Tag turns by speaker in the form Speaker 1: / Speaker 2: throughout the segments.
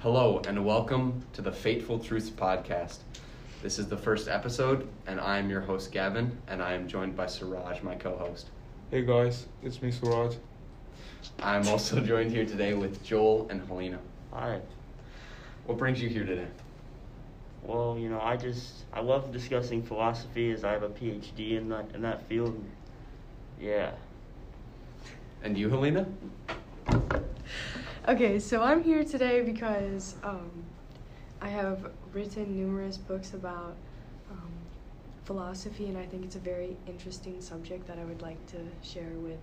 Speaker 1: Hello and welcome to the Fateful Truths podcast. This is the first episode, and I am your host Gavin, and I am joined by Siraj, my co-host.
Speaker 2: Hey guys, it's me Suraj.
Speaker 1: I'm also joined here today with Joel and Helena.
Speaker 3: Alright.
Speaker 1: What brings you here today?
Speaker 3: Well, you know, I just I love discussing philosophy as I have a PhD in that in that field. Yeah.
Speaker 1: And you, Helena?
Speaker 4: Okay, so I'm here today because um, I have written numerous books about um, philosophy, and I think it's a very interesting subject that I would like to share with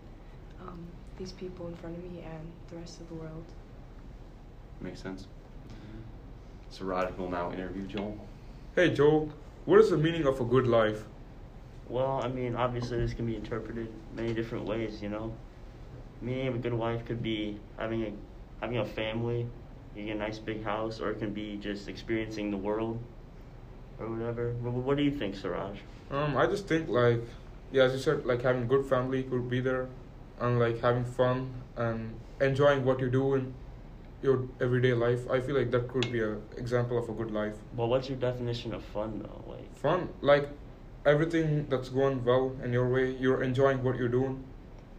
Speaker 4: um, these people in front of me and the rest of the world.
Speaker 1: Makes sense. Siraj will now interview Joel.
Speaker 2: Hey Joel, what is the meaning of a good life?
Speaker 3: Well, I mean, obviously this can be interpreted many different ways, you know. Meaning of a good life could be having a having a family, getting a nice big house, or it can be just experiencing the world or whatever. Wh- wh- What do you think, Siraj?
Speaker 2: Um, I just think like, yeah, as you said, like having good family could be there, and like having fun and enjoying what you do in your everyday life. I feel like that could be a example of a good life.
Speaker 3: Well, what's your definition of fun though? Like
Speaker 2: Fun, like everything that's going well in your way, you're enjoying what you're doing,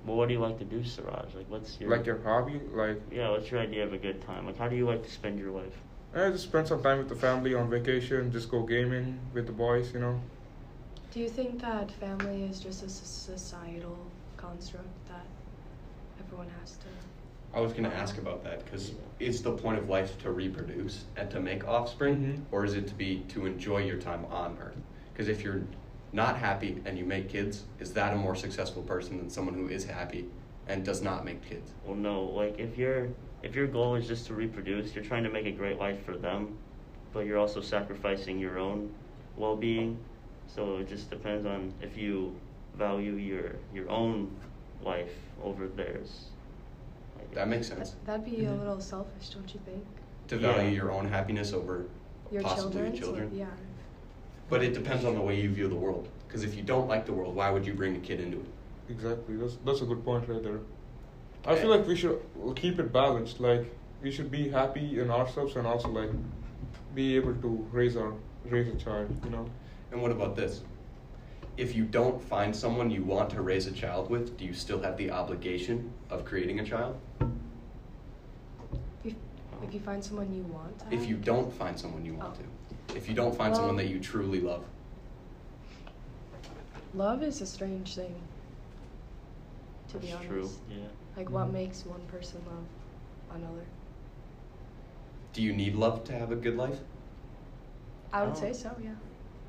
Speaker 3: well, what do you like to do, Siraj? Like what's your
Speaker 2: like your hobby, like.
Speaker 3: Yeah, what's your idea of a good time? Like how do you like to spend your life?
Speaker 2: I just spend some time with the family on vacation, just go gaming with the boys, you know.
Speaker 4: Do you think that family is just a s- societal construct that everyone has to?
Speaker 1: I was going to ask about that because is the point of life to reproduce and to make offspring,
Speaker 2: Mhm.
Speaker 1: or is it to be to enjoy your time on Earth? Because if you're not happy and you make kids, is that a more successful person than someone who is happy and does not make kids?
Speaker 3: Well, no. Like, if your if your goal is just to reproduce, you're trying to make a great life for them, but you're also sacrificing your own well-being. So it just depends on if you value your your own life over theirs. Like,
Speaker 1: That makes sense.
Speaker 4: That- That'd be a
Speaker 1: Mm-hmm.
Speaker 2: Mhm.
Speaker 4: little selfish, don't you think?
Speaker 1: To value
Speaker 3: Yeah.
Speaker 1: your own happiness over
Speaker 4: Your
Speaker 1: possibly
Speaker 4: children,
Speaker 1: your children.
Speaker 4: yeah.
Speaker 1: But it depends on the way you view the world. Because if you don't like the world, why would you bring a kid into it?
Speaker 2: Exactly. That's that's a good point right there. I feel
Speaker 1: Okay.
Speaker 2: like we should keep it balanced. Like we should be happy in ourselves and also like be able to raise our raise a child. You know.
Speaker 1: And what about this? If you don't find someone you want to raise a child with, do you still have the obligation of creating a child?
Speaker 4: If, if you find someone you want to
Speaker 1: If
Speaker 4: have
Speaker 1: you
Speaker 4: a kid-
Speaker 1: don't find someone you want to, if you don't find
Speaker 4: Well-
Speaker 1: someone that you truly love,
Speaker 4: Love is a strange thing. To be
Speaker 3: that's
Speaker 4: honest.
Speaker 3: true. Yeah.
Speaker 4: Like what
Speaker 2: Mhm.
Speaker 4: makes one person love another?
Speaker 1: do you need love to have a good life?
Speaker 4: I would
Speaker 3: Oh.
Speaker 4: say so, yeah.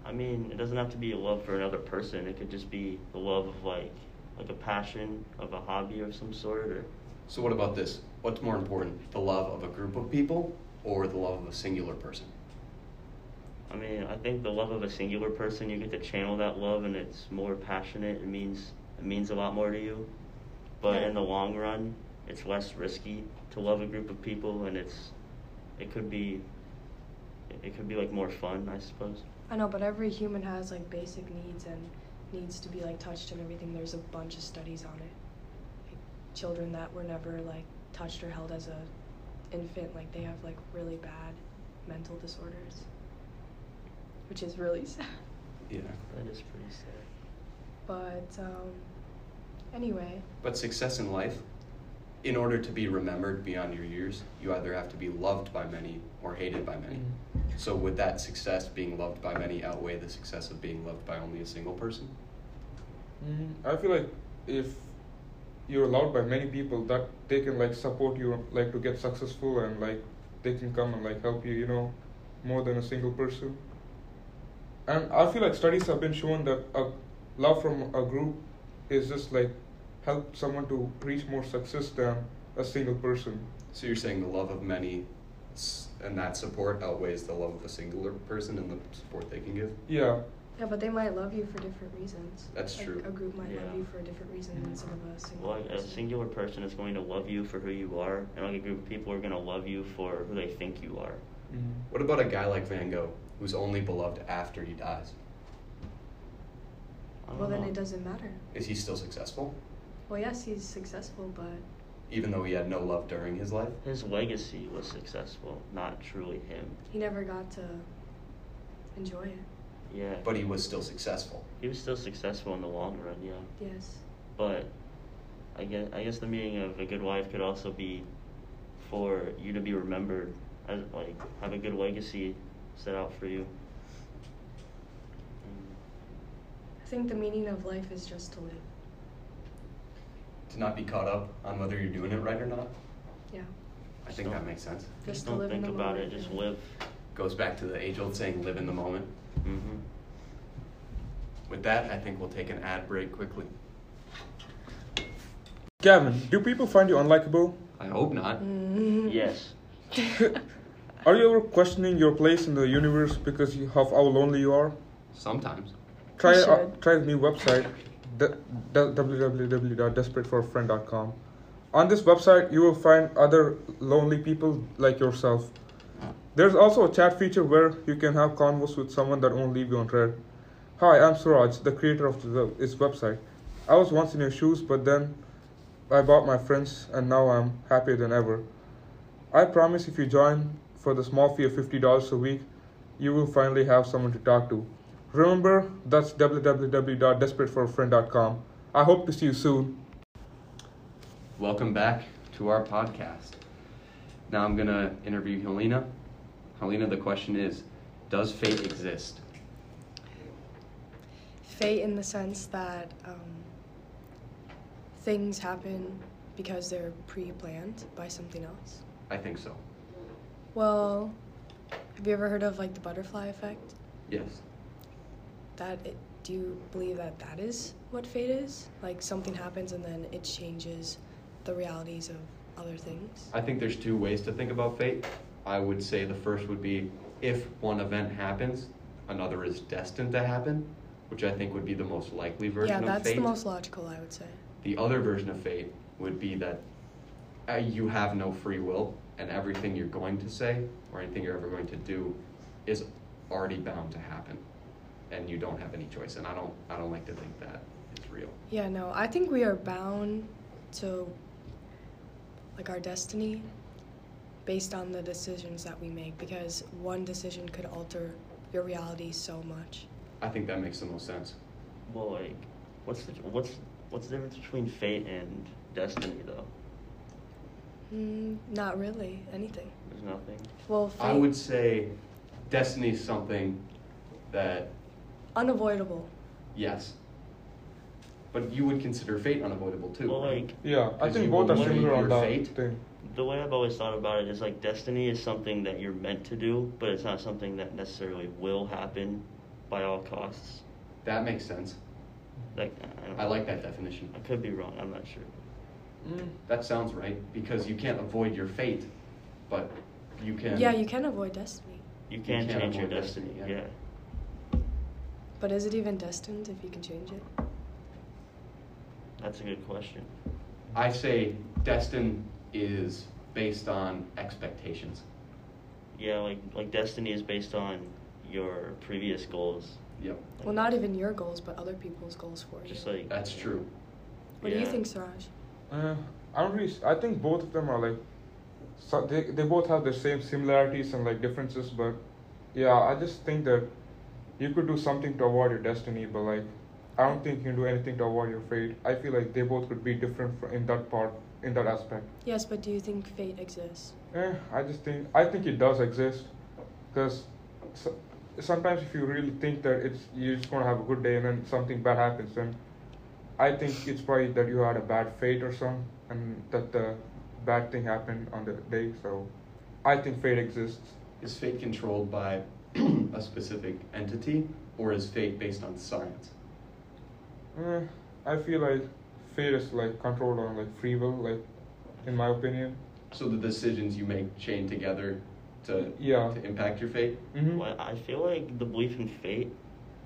Speaker 3: I mean, it doesn't have to be a love for another person. It could just be the love of like like a passion of a hobby of some sort, or
Speaker 1: So, what about this? What's more important, the love of a group of people or the love of a singular person?
Speaker 3: I mean, I think the love of a singular person, you get to channel that love, and it's more passionate. It means it means a lot more to you. But in the long run, it's less risky to love a group of people, and it's it could be it could be like more fun, I suppose.
Speaker 4: I know, but every human has like basic needs and needs to be like touched and everything. There's a bunch of studies on it. Like, children that were never like touched or held as a infant, like they have like really bad mental disorders. Which is really sad.
Speaker 1: Yeah.
Speaker 3: That is pretty sad.
Speaker 4: But um anyway.
Speaker 1: But success in life, in order to be remembered beyond your years, you either have to be loved by many or hated by many. So would that success being loved by many outweigh the success of being loved by only a single person?
Speaker 2: Mm, I feel like if you're loved by many people, that they can like support you, like to get successful and like they can come and like help you. You know, more than a single person. And I feel like studies have been shown that a love from a group is just like help someone to reach more success than a single person.
Speaker 1: So you're saying the love of many s- and that support outweighs the love of a singular person and the support they can give?
Speaker 2: Yeah.
Speaker 4: Yeah, but they might love you for different reasons.
Speaker 1: That's
Speaker 4: Like,
Speaker 1: true.
Speaker 4: A group might
Speaker 3: Yeah.
Speaker 4: love you for a different reason than some of us.
Speaker 3: Like a singular person is going to love you for who you are, and like a group of people are going to love you for who they think you are.
Speaker 1: What about a guy like Van Gogh who's only beloved after he dies?
Speaker 3: I don't
Speaker 4: Well, then
Speaker 3: know.
Speaker 4: it doesn't matter.
Speaker 1: Is he still successful?
Speaker 4: Well, yes, he's successful, but
Speaker 1: even though he had no love during his life.
Speaker 3: His legacy was successful, not truly him.
Speaker 4: He never got to enjoy it.
Speaker 3: Yeah.
Speaker 1: But he was still successful.
Speaker 3: He was still successful in the long run, yeah.
Speaker 4: Yes.
Speaker 3: But I guess I guess the meaning of a good wife could also be for you to be remembered as like have a good legacy set out for you.
Speaker 4: I think the meaning of life is just to live.
Speaker 1: To not be caught up on whether you're doing it right or not.
Speaker 4: Yeah.
Speaker 1: I think that makes sense.
Speaker 3: Just
Speaker 4: Just to
Speaker 3: don't
Speaker 4: live in
Speaker 3: think
Speaker 4: the
Speaker 3: about it,
Speaker 4: moment,
Speaker 3: just
Speaker 4: yeah.
Speaker 3: live.
Speaker 1: Goes back to the age old saying, live in the moment.
Speaker 3: hmm
Speaker 1: With that, I think we'll take an ad break quickly.
Speaker 2: Gavin, do people find you unlikable?
Speaker 1: I hope not.
Speaker 4: Mm-hmm.
Speaker 3: Yes.
Speaker 2: Are you ever questioning your place in the universe because you, of how lonely you are?
Speaker 1: Sometimes.
Speaker 2: Try
Speaker 4: You
Speaker 2: uh,
Speaker 4: should.
Speaker 2: try the new website, d- d- www.desperateforafriend.com. On this website, you will find other lonely people like yourself. There's also a chat feature where you can have convos with someone that won't leave you on red. Hi, I'm Suraj, the creator of the, this website. I was once in your shoes, but then I bought my friends, and now I'm happier than ever. I promise if you join for the small fee of $50 a week, you will finally have someone to talk to. Remember, that's www.desperateforafriend.com. I hope to see you soon.
Speaker 1: Welcome back to our podcast. Now I'm going to interview Helena. Helena, the question is Does fate exist?
Speaker 4: Fate in the sense that um, things happen because they're pre planned by something else.
Speaker 1: I think so.
Speaker 4: Well, have you ever heard of like the butterfly effect?
Speaker 1: Yes.
Speaker 4: That it, do you believe that that is what fate is? Like something happens and then it changes the realities of other things.
Speaker 1: I think there's two ways to think about fate. I would say the first would be if one event happens, another is destined to happen, which I think would be the most likely version
Speaker 4: yeah,
Speaker 1: of
Speaker 4: that's
Speaker 1: fate.
Speaker 4: the most logical, I would say.
Speaker 1: The other version of fate would be that uh, you have no free will, and everything you're going to say or anything you're ever going to do is already bound to happen, and you don't have any choice. And I don't, I don't like to think that it's real.
Speaker 4: Yeah, no, I think we are bound to like our destiny based on the decisions that we make because one decision could alter your reality so much.
Speaker 1: I think that makes the most sense.
Speaker 3: Well, like, what's the what's what's the difference between fate and destiny though?
Speaker 4: Mm, not really anything.
Speaker 3: There's nothing.
Speaker 4: Well, fate,
Speaker 1: I would say destiny is something that
Speaker 4: unavoidable.
Speaker 1: Yes. But you would consider fate unavoidable too.
Speaker 3: Well,
Speaker 1: right?
Speaker 3: like
Speaker 2: Yeah, I
Speaker 1: Is
Speaker 2: think
Speaker 1: you
Speaker 2: both are
Speaker 3: will
Speaker 2: similar
Speaker 1: leave
Speaker 2: on
Speaker 1: your
Speaker 2: that
Speaker 1: fate?
Speaker 2: thing.
Speaker 3: the way I've always thought about it is like destiny is something that you're meant to do, but it's not something that necessarily will happen by all costs.
Speaker 1: that makes sense.
Speaker 3: Like I, don't
Speaker 1: I like that definition.
Speaker 3: I could be wrong. I'm not sure.
Speaker 1: That sounds right because you can't avoid your fate, but you can.
Speaker 4: Yeah, you can avoid destiny.
Speaker 3: You
Speaker 1: You
Speaker 3: can
Speaker 1: can't
Speaker 3: change your
Speaker 1: avoid
Speaker 3: destiny.
Speaker 1: destiny, yeah.
Speaker 3: yeah.
Speaker 4: But is it even destined if you can change it?
Speaker 3: That's a good question.
Speaker 1: I say destined is based on expectations.
Speaker 3: Yeah, like like destiny is based on your previous goals.
Speaker 1: Yep,
Speaker 4: Well, not even your goals, but other people's goals for you.
Speaker 3: Just like
Speaker 1: that's true.
Speaker 4: what do you
Speaker 3: yeah.
Speaker 4: think, Suraj?
Speaker 2: Uh, I don't really. s- I think both of them are like. So they they both have their same similarities and like differences, but yeah, I just think that you could do something to avoid your destiny, but like I don't think you can do anything to avoid your fate. I feel like they both could be different fr- in that part, in that aspect.
Speaker 4: Yes, but do you think fate exists?
Speaker 2: Eh, I just think I think it does exist, because so, sometimes if you really think that it's you're just gonna have a good day and then something bad happens, then I think it's probably that you had a bad fate or something, and that the bad thing happened on the day. So I think fate exists.
Speaker 1: Is fate controlled by a specific entity or is fate based on science?
Speaker 2: Eh, I feel like fate is like controlled on like free will, like in my opinion.
Speaker 1: So the decisions you make chain together to,
Speaker 2: Yeah.
Speaker 1: to impact your fate?
Speaker 2: Mm-hmm.
Speaker 3: Well, I feel like the belief in fate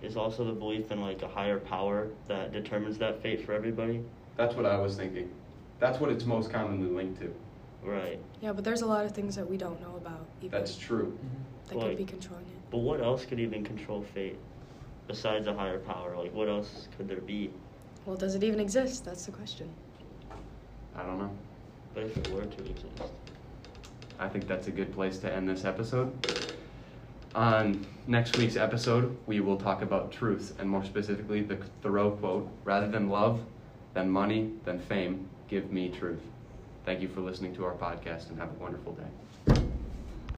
Speaker 3: is also the belief in like a higher power that determines that fate for everybody.
Speaker 1: That's what I was thinking. That's what it's most commonly linked to.
Speaker 3: Right.
Speaker 4: Yeah, but there's a lot of things that we don't know about even
Speaker 1: That's true.
Speaker 2: Mm-hmm.
Speaker 4: that could
Speaker 3: Like-
Speaker 4: be controlling it.
Speaker 3: But what else could even control fate besides a higher power? Like what else could there be?
Speaker 4: Well, does it even exist? That's the question.
Speaker 1: I don't know.
Speaker 3: But if it were to exist,
Speaker 1: I think that's a good place to end this episode. On next week's episode, we will talk about truth, and more specifically, the Thoreau quote rather than love, than money, than fame, give me truth. Thank you for listening to our podcast, and have a wonderful day.